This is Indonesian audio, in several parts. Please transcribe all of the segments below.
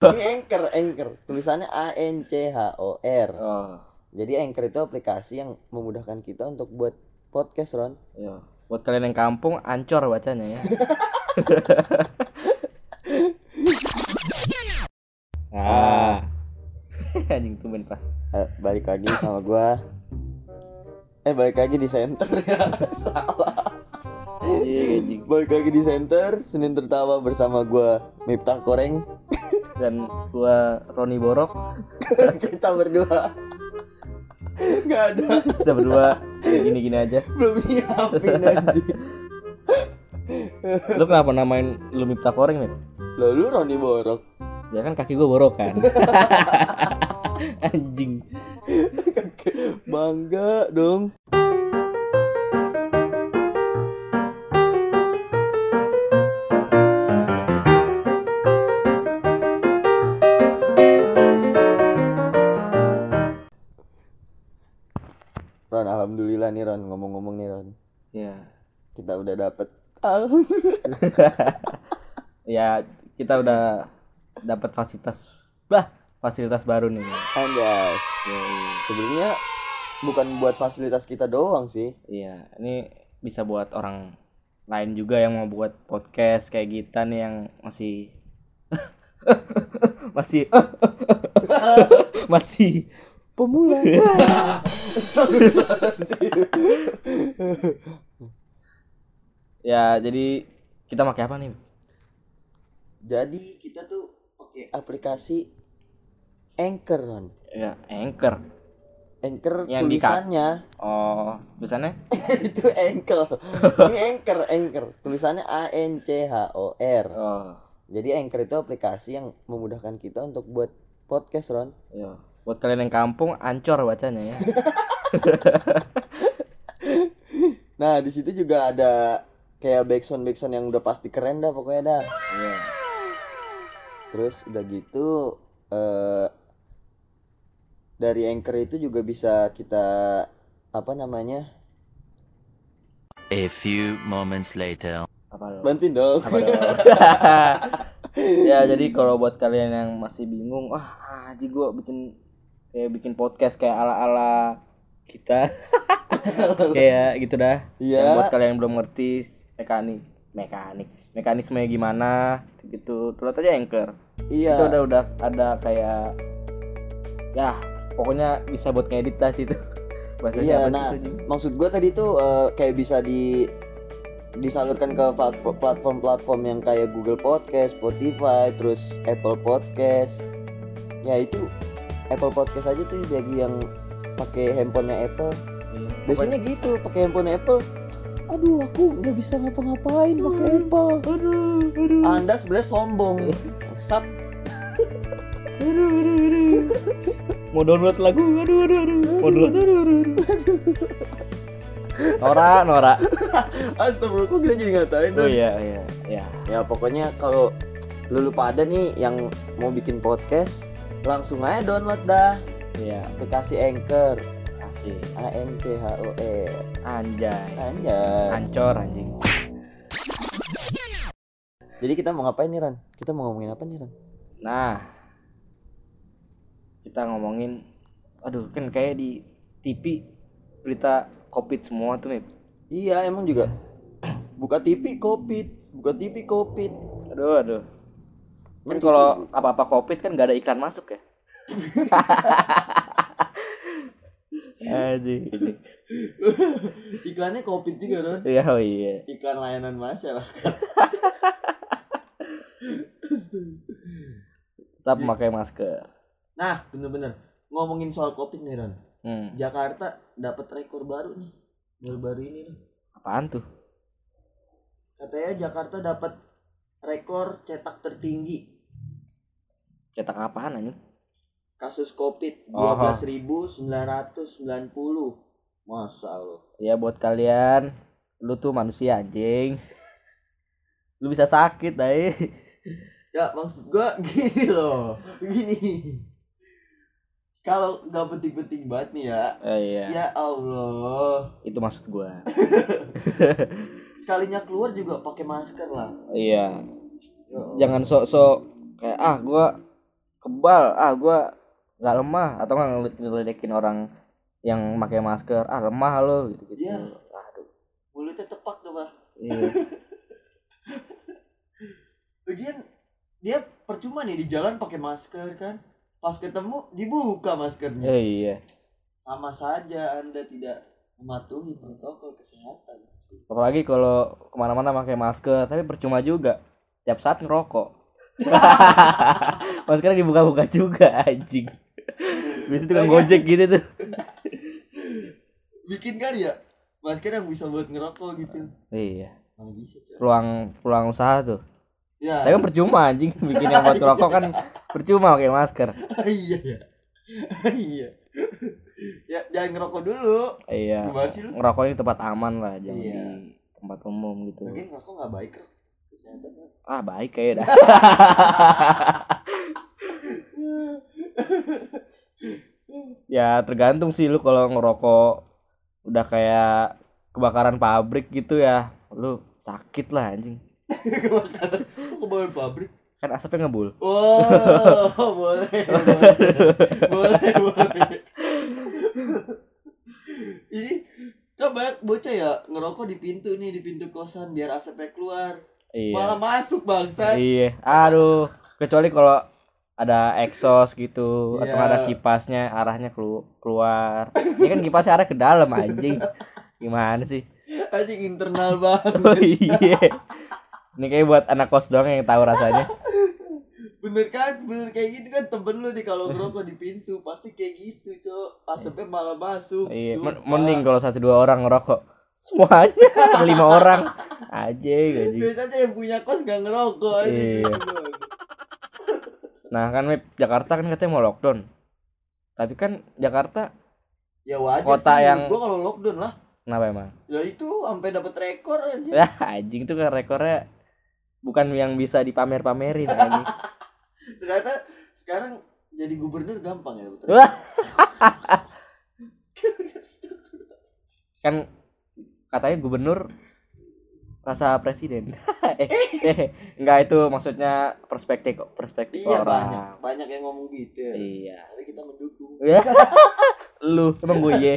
Ini Anchor, Anchor. Tulisannya A N C H O R. Oh, Jadi Anchor itu aplikasi yang memudahkan kita untuk buat podcast, Ron. iya. Buat kalian yang kampung, ancor bacanya ya. ah. Anjing tumben pas. Eh, balik lagi sama gua. Eh, balik lagi di center ya. Salah. Anjing, anjing. Balik lagi di center Senin tertawa bersama gua Miftah Koreng. Dan gua Roni Borok kita berdua. Gak ada. kita berdua ya gini-gini aja. Belum siapin anjing. Lu kenapa namain lu Miftah Koreng, Mit? Lalu Roni Borok. Ya kan kaki gua borok kan. anjing. Bangga dong. Ron, alhamdulillah nih Ron, ngomong-ngomong nih Ron. Ya. Kita udah dapet ya kita udah dapat fasilitas bah fasilitas baru nih Anjas. Yoi. Sebenarnya bukan buat fasilitas kita doang sih. iya ini bisa buat orang lain juga yang mau buat podcast kayak kita nih yang masih masih masih Pemula. Astagfirullahaladzim. ya jadi kita pakai apa nih Jadi kita tuh pakai aplikasi Anchor. Ron. ya anchor Anchor Yang di ka- tulisannya oh tulisannya itu Anchor. Ini Anchor, Anchor. Tulisannya A N C H O R. oh Jadi Anchor itu aplikasi yang memudahkan kita untuk buat podcast, Ron. ya buat kalian yang kampung ancor bacanya ya Nah, di situ juga ada kayak backsound backsound yang udah pasti keren dah pokoknya dah. Iya. Terus udah gitu eh dari Anchor itu juga bisa kita apa namanya? A few moments later. apa lo? Bantuin dong. ya jadi kalau buat kalian yang masih bingung wah aji gue bikin kayak bikin podcast kayak ala ala kita kayak gitu dah Iya. Yang buat kalian yang belum ngerti mekanik mekanik mekanismenya gimana gitu download aja anchor iya. itu udah udah ada kayak ya pokoknya bisa buat ngedit lah situ bahasanya Iya, apa gitu. nah sih itu, Ji? maksud gue tadi tuh eh, kayak bisa di disalurkan ke plat- platform-platform yang kayak Google Podcast, Spotify, terus Apple Podcast. Ya itu Apple Podcast aja tuh bagi yang pakai handphonenya Apple. Iya, Biasanya gitu, pakai handphone Apple. Aduh, aku nggak bisa ngapa-ngapain pakai Apple. aduh aduh Anda sebenarnya sombong. Sap. aduh aduh aduh mau download lagu aduh aduh aduh mau download aduh aduh aduh Nora Nora Astagfirullah, kok kita jadi ngatain. oh iya iya iya ya pokoknya kalau lu lupa ada nih yang mau bikin podcast langsung aja download dah iya aplikasi Anchor kasih A N C H O E anjay Anjas ancor anjing jadi kita mau ngapain nih Ran kita mau ngomongin apa nih Ran nah kita ngomongin aduh kan kayak di TV berita covid semua tuh nih iya emang juga buka TV covid buka TV covid aduh aduh kan kalau apa-apa covid kan gak ada iklan masuk ya Anjing. iklannya covid juga Ran Iya, oh iya. iklan layanan masyarakat Tetap pakai masker. nah bener-bener ngomongin soal covid nih Ran Hmm. Jakarta dapat rekor baru nih baru-baru ini Apaan tuh? Katanya Jakarta dapat rekor cetak tertinggi Cetak apaan anjing? kasus COVID Oh. 12.990. Masa Allah. Ya buat kalian, lu tuh manusia anjing. Lu bisa sakit, dai. Ya maksud gua gini loh. Gini. Kalau nggak penting-penting banget nih ya. Eh, iya. Ya Allah. Itu maksud gua. Sekalinya keluar juga pakai masker lah. iya. Ya Allah. Jangan sok-sok kayak ah gua kebal ah gua nggak lemah atau nggak ngel- ngeledekin orang yang pakai masker ah lemah lo gitu gitu Iya. aduh mulutnya tepak tuh bah iya bagian dia percuma nih di jalan pakai masker kan pas ketemu dibuka maskernya Eh, iya sama saja anda tidak mematuhi protokol kesehatan apalagi kalau kemana-mana pakai masker tapi percuma juga tiap saat ngerokok maskernya dibuka-buka juga anjing bisa tukang gojek gitu tuh bikin kali ya masker yang bisa buat ngerokok gitu iya mana bisa coy peluang peluang usaha tuh ya tapi kan percuma anjing bikin yang buat ngerokok kan percuma pakai masker iya ya iya ya jangan ngerokok dulu iya Gimana sih lu? ngerokok ini tempat aman lah jangan Iya. di tempat umum gitu mungkin ngerokok nggak baik kok kesehatan ah baik kayaknya dah ya tergantung sih lu kalau ngerokok udah kayak kebakaran pabrik gitu ya lu sakit lah anjing kebakaran kok kebakaran pabrik kan asapnya ngebul Wow, boleh, boleh, boleh, boleh. Ini kan banyak bocah ya ngerokok di pintu nih di pintu kosan biar asapnya keluar. iya Malah masuk bangsa. iya aduh kecuali kalau ada exhaust gitu atau Iya. ada kipasnya arahnya kelu- keluar ini kan kipasnya arah ke dalam anjing gimana sih Anjing internal banget. oh iya ini kayak buat anak kos doang yang tahu rasanya Bener kan? Bener kayak gitu kan temen lu nih kalau ngerokok di pintu pasti kayak gitu, Cok. Asapnya malah masuk. Iya, men- Sumpah. mending kalau satu dua orang ngerokok. Semuanya lima orang aja gaji. Biasanya yang punya kos gak ngerokok anjing. Iya. Nah, kan Mip, Jakarta kan katanya mau lockdown. Tapi kan Jakarta Ya wajar Kota sih. yang- Gua kalau lockdown lah. kenapa emang? Ya itu sampai dapat rekor anjing. Ya, anjing tuh kan rekornya bukan yang bisa dipamer-pamerin anjing. ternyata sekarang jadi gubernur gampang ya betul Wah, kan katanya gubernur rasa presiden. eh, eh, enggak itu maksudnya perspektif perspektif iya banyak orang. banyak yang ngomong gitu ya Iya. tapi kita mendukung Ya. Lu emang gue iya. ye.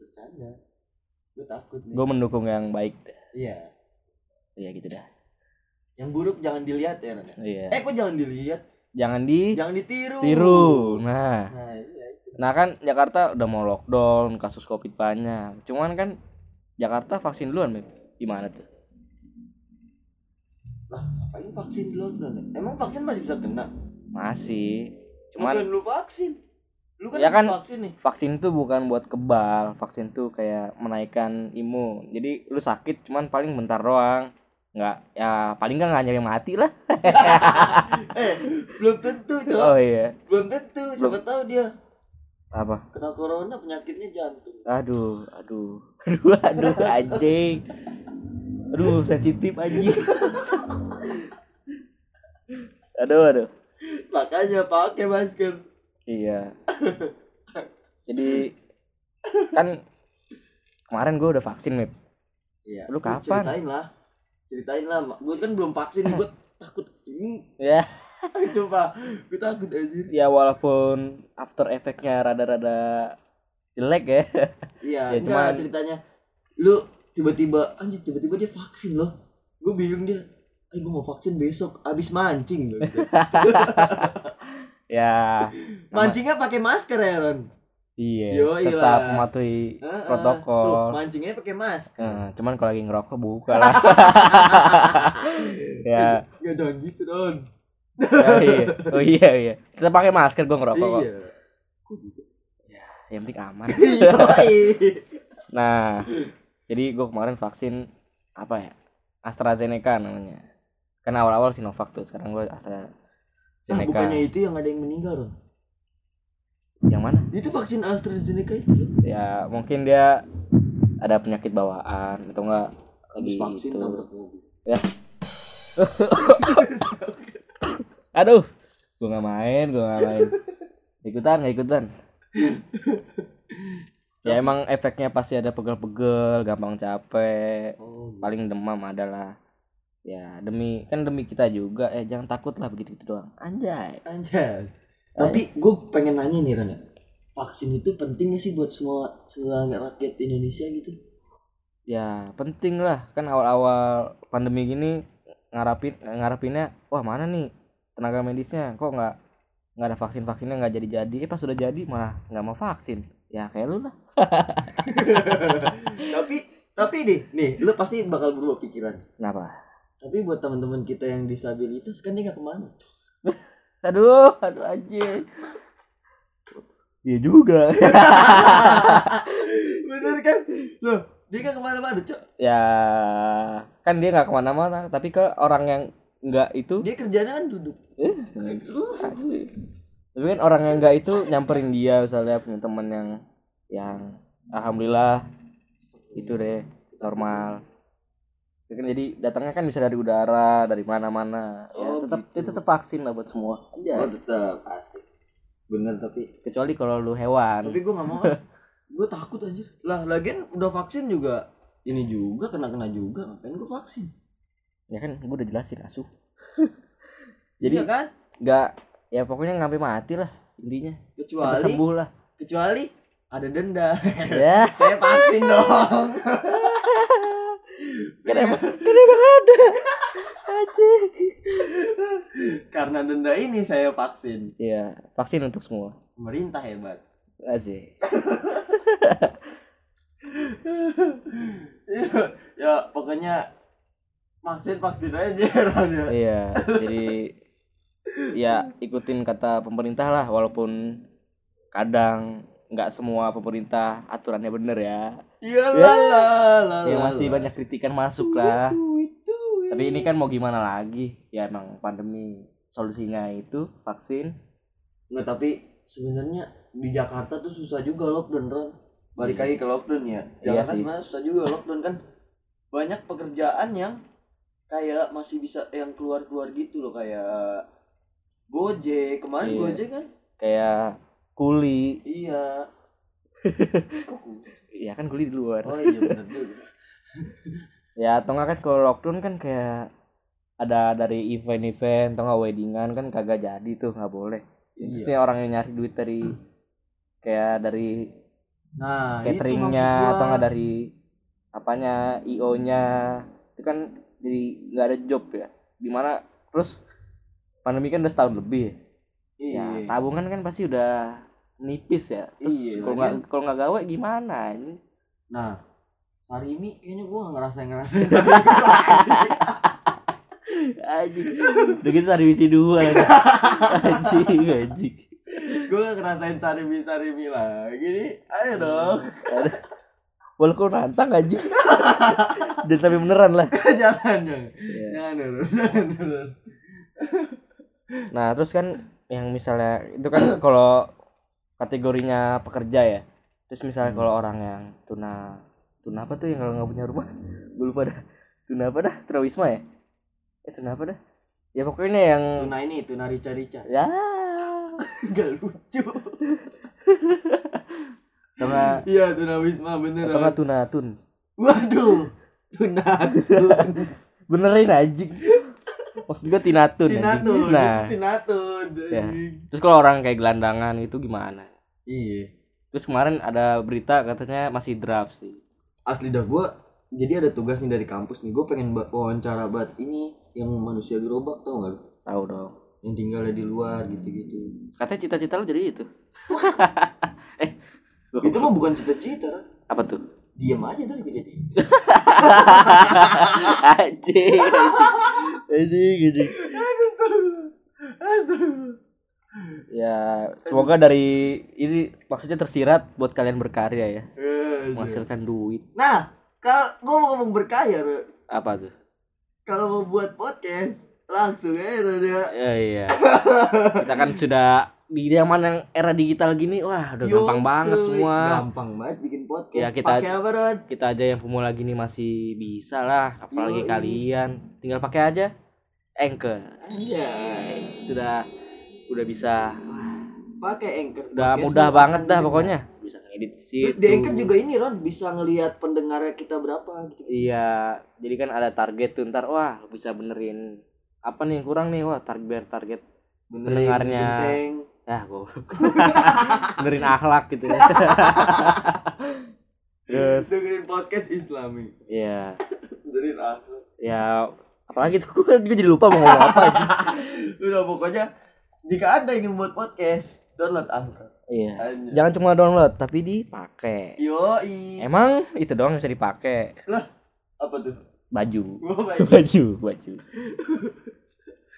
bercanda gue takut nih Gue mendukung yang baik. iya Iya gitu dah. yang buruk jangan dilihat ya Nana Iya. eh kok jangan dilihat Jangan di jangan ditiru tiru. Nah, nah iya itu nah kan Jakarta udah mau lockdown, kasus Covid banyak. Cuman kan Jakarta vaksin duluan, Mip. Gimana tuh? lah ngapain vaksin dulu Nana emang vaksin masih bisa kena Masih. cuman Cuman lu vaksin lu kan, Ya kan- vaksin nih vaksin tuh bukan buat kebal, vaksin tuh kayak menaikkan imun. Jadi lu sakit cuman paling bentar doang. Enggak, ya paling enggak nyampe mati lah. eh belum tentu cok Oh iya. belum tentu siapa tahu dia Apa? kena corona penyakitnya jantung Aduh, aduh, aduh, aduh, anjing. Aduh, sensitif anjing. aduh, aduh. makanya pakai masker Iya. Jadi kan kemarin gue udah vaksin, Mip. Iya. Lu kapan? Ceritain lah. Ceritain lah. Gue kan belum vaksin, gue takut. Ini Ya, coba. Gue takut anjir. ya walaupun after effect-nya rada-rada jelek ya. Iya, Ya, enggak cuman- ceritanya. Lu tiba-tiba anjir tiba-tiba dia vaksin loh. Gue bingung dia. Eh gue mau vaksin besok abis mancing. gua bilang. ya, Mancingnya pakai masker ya Ron. iya. Yoi tetap lah. mematuhi Heeh. Tuh, protokol. mancingnya pakai masker. Nah, cuman kalau lagi ngerokok buka lah. ya. Ya jangan gitu Ron. oh iya, oh iya, iya. Kita pakai masker gue ngerokok kok. Iya. Kok gitu? Yang penting aman. Iya, Yoi. Nah, jadi gue kemarin vaksin apa ya? AstraZeneca namanya. Karena awal-awal Sinovac tuh, sekarang gue Nah, AstraZeneca. bukannya itu yang ada yang meninggal Ron. Yang mana? Itu vaksin AstraZeneca itu. Ron. Ya mungkin dia ada penyakit bawaan atau enggak lagi Abis vaksin itu. tabrak mobil. Ya. Aduh, gue nggak main, gue nggak main. Ikutan, nggak ikutan. ya emang efeknya pasti ada pegel-pegel, gampang capek, Oh, paling demam adalah. ya demi kan demi kita juga eh jangan takut lah begitu gitu doang anjay Anjas. Tapi gue pengen nanya nih Ren ya. Vaksin itu penting gak sih buat semua semua rakyat Indonesia gitu? ya penting lah kan awal-awal pandemi gini ngarapin ngarapinnya wah mana nih tenaga medisnya kok nggak nggak ada vaksin vaksinnya nggak jadi jadi eh pas sudah jadi malah nggak mau vaksin ya kayak lu lah tapi tapi deh, nih lu pasti bakal berubah pikiran. kenapa Tapi buat teman-teman kita yang disabilitas kan dia gak kemana? aduh aduh aja iya juga Bener kan? Loh, dia gak kemana-mana cok. ya kan dia nggak kemana-mana tapi ke orang yang nggak itu Dia kerjanya kan duduk. tapi kan orang yang nggak itu nyamperin dia misalnya punya temen yang yang alhamdulillah itu deh normal Ya kan jadi datangnya kan bisa dari udara dari mana-mana ya Oh, tetap itu tetap vaksin lah buat semua Oh aja tetap asik. Bener tapi kecuali kalau lu hewan tapi gue gak mau gue takut anjir lah lagian udah vaksin juga ini juga kena kena juga ngapain gue vaksin ya kan gue udah jelasin asuh jadi Jadi- kan nggak ya pokoknya nggak sampai mati lah intinya Cepet kecuali sembuh lah kecuali ada denda ya saya vaksin dong kan emang kan emang ada aja karena denda ini saya vaksin ya vaksin untuk semua pemerintah hebat aja ya pokoknya vaksin vaksin aja Ron, ya. Iya, jadi ya ikutin kata pemerintah lah walaupun kadang nggak semua pemerintah aturannya bener ya. iya lah lah lah Ya lah, masih lah. banyak kritikan masuk lah. Itu, itu, itu. Tapi ini kan mau gimana lagi? Ya emang pandemi solusinya itu vaksin. nggak tapi sebenarnya di Jakarta tuh susah juga lockdown Ron balik lagi ke lockdown Iya ya Jakarta sih. sebenarnya susah juga lockdown kan banyak pekerjaan yang kayak masih bisa yang keluar keluar gitu loh kayak Gojek kemarin Iya. Gojek kan Kayak kuli, iya Kok ku- ya kan kuli di luar. oh iya bener juga Ya atau nggak kan kalau lockdown kan kayak ada dari event-event atau nggak weddingan kan kagak jadi tuh nggak boleh. Terusnya orang yang nyari duit dari kayak dari nah itu cateringnya maksud gua. atau nggak dari apanya io nya itu kan jadi nggak ada job ya dimana terus pandemi kan udah setahun lebih ya. iya. ya tabungan kan pasti udah nipis ya terus Iya, kalau nggak kalau nggak gawe gimana ini nah Sarimi kayaknya gua nggak ngerasain ngerasain Sarimi lagi. aji udah gitu servisi dua aji aji gua nggak ngerasain Sarimi Sarimi lagi nih ayo dong walaupun nantang aji jadi tapi beneran lah jangan jangan Iya. jangan dulu jangan dulu Nah, terus kan yang misalnya itu kan kalau kategorinya pekerja ya. Terus misalnya kalau orang yang tuna tuna apa tuh yang kalau nggak punya rumah? Gue lupa dah. Tuna apa dah? Tunawisma ya? Eh, tuna apa dah? Ya pokoknya yang tuna ini tuna rica rica ya gak lucu sama iya tuna wisma bener sama tuna tun. waduh tuna tun Benerin aja. Maksud gue tinatun tina anjing. tun Nah, tina tun ya. Terus kalau orang kayak gelandangan itu gimana? iya Terus kemarin ada berita katanya masih draft sih. asli dah gua jadi ada tugas nih dari kampus nih gue pengen ba- wawancara buat ini yang manusia gerobak tau gak lu? Tahu dong. yang tinggalnya di luar gitu-gitu Katanya cita-cita lu jadi itu. eh, lu- itu mah bukan cita-cita Ra. apa tuh? diem aja tadi gue jadi Anjing. Anjing gitu. Ya, semoga dari ini maksudnya tersirat buat kalian berkarya ya, menghasilkan duit. nah kalau gue mau ngomong berkaya Ra. Apa tuh? kalau mau buat podcast langsung aja dia Ya, iya. Kita kan sudah di zaman yang era digital gini, wah udah gampang banget semua. gampang banget bikin podcast Ya, kita- pakai apa Rod? Kita aja yang pemula gini masih bisa lah, apalagi Yoi. kalian. Tinggal pakai aja Anchor. iya Sudah udah bisa pakai anchor udah Podcast mudah lu banget akan dah bikin pokoknya podcast. bisa ngedit sih Terus di Anchor juga ini Ron bisa ngelihat pendengarnya kita berapa gitu. Iya, jadi kan ada target tuh ntar wah bisa benerin apa nih yang kurang nih wah target biar target Pendengarnya. genteng. ya gua benerin akhlak gitu ya. Terus dengerin podcast Islami. ya Dengerin aku. ya apalagi tuh gua, gua jadi lupa mau ngomong apa. Udah pokoknya jika Anda ingin buat podcast, download Anchor. Iya. Anjay. Jangan cuma download tapi dipakai. Yoi. Emang itu doang yang bisa dipakai Lah, apa tuh? baju. Gua main. Baju, baju.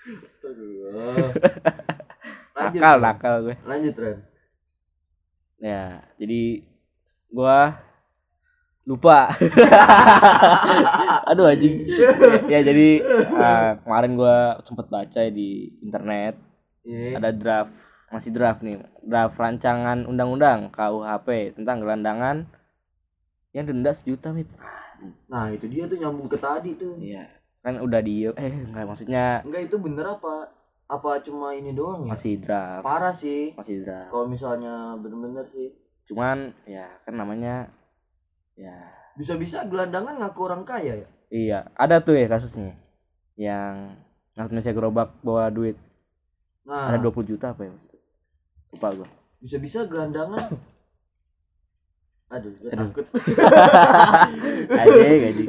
Astagfirullah. Lanjut. Nakal, nakal gue. Lanjut, Ren. Ya, jadi gua lupa. Aduh anjing. ya jadi eh, kemarin gua sempet baca di internet Iya. ada draft masih draft nih, draft rancangan undang-undang KUHP tentang gelandangan yang denda sejuta nih. Nah, itu dia tuh nyambung ke tadi tuh. Iya, kan udah di eh enggak maksudnya Enggak itu bener apa? Apa cuma ini doang ya? masih draft, Parah sih. masih draft. Kalau misalnya bener-bener sih. Cuman ya kan namanya ya Bisa-bisa gelandangan ngaku orang kaya ya? iya, ada tuh ya kasusnya yang Indonesia gerobak bawa duit Nah, ada 20 juta apa ya maksudnya lupa gua bisa-bisa gelandangan Aduh, gue takut. aja gaji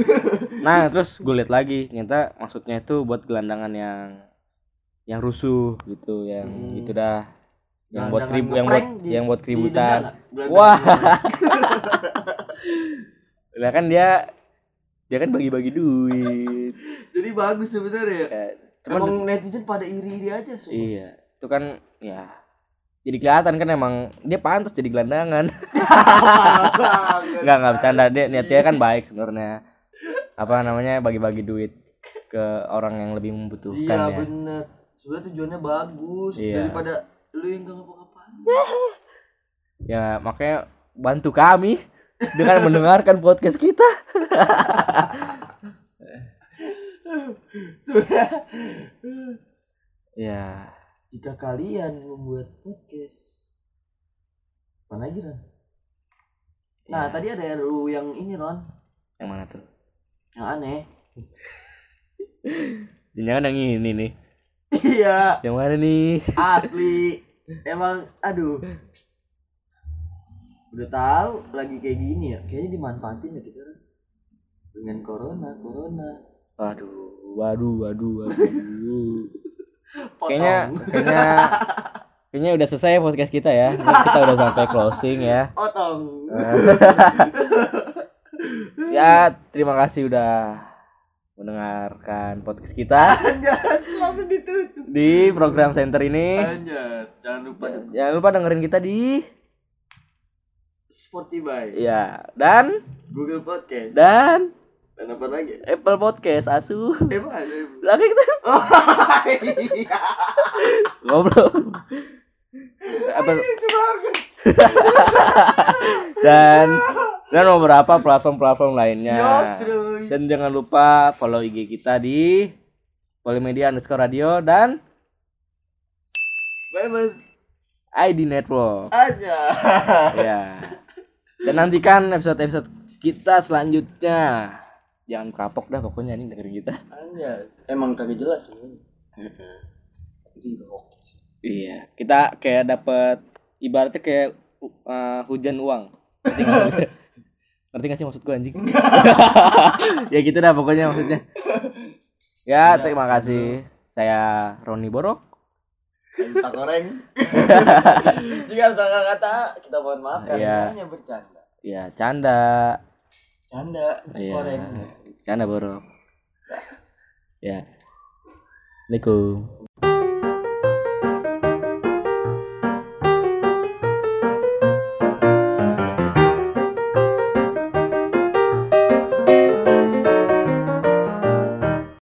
nah terus gue lihat lagi ternyata maksudnya itu buat gelandangan yang yang rusuh gitu yang Hmm. itu dah yang buat kribu Gelandangan yang buat ngeprank di- yang buat di keributan denda nggak? Gelandangan Wah. ngeprank. lah kan dia dia kan bagi-bagi duit Jadi bagus sebenarnya ya. Ya, Emang cuman netizen pada iri-iri aja sih. iya itu kan ya jadi kelihatan kan emang dia pantas jadi gelandangan nggak nggak bercanda dia niatnya kan baik sebenarnya apa namanya bagi-bagi duit ke orang yang lebih membutuhkan ya Iya, bener. Sebenarnya tujuannya bagus Iya. daripada lu yang gak ngapa-ngapain. ya makanya bantu kami dengan mendengarkan podcast kita Sebenarnya, ya Jika kalian membuat podcast, apa lagi Ron? Nah, tadi ada lu yang ini Ron, yang mana tuh yang aneh. jangan yang ini nih Iya, yang mana nih asli. Emang, aduh. Udah tahu lagi kayak gini ya, kayaknya dimanfaatin ya kita Ron. dengan corona, corona. waduh waduh waduh waduh Potong. kayaknya kayaknya kayaknya udah selesai podcast kita ya kita udah sampai closing ya potong. ya terima kasih udah mendengarkan podcast kita Jangan langsung ditutup. Iya. di program center ini Anjas, jangan lupa jangan lupa dengerin kita di Spotify, ya dan Google Podcast, dan dan apa lagi? Apple Podcast asu Emang ada yang- lagi kita goblok apa dan dan beberapa platform-platform lainnya Yostroy. dan jangan lupa follow IG kita di Polimedia underscore radio dan Bebas ID Network aja. ya dan nantikan episode episode kita selanjutnya jangan kapok dah pokoknya ini dengerin kita Anjas. Emang kagak jelas ini. Itu juga oke sih. iya kita kayak dapat ibaratnya kayak uh, hujan uang ngerti nggak ngerti nggak sih maksud gue anjing ya gitu dah pokoknya maksudnya ya terima kasih saya Roni Borok Kita goreng. Jika salah kata, kita mohon maaf karena Iya. hanya bercanda. ya canda Iya, Canda, goreng. canda Borok ya Assalamualaikum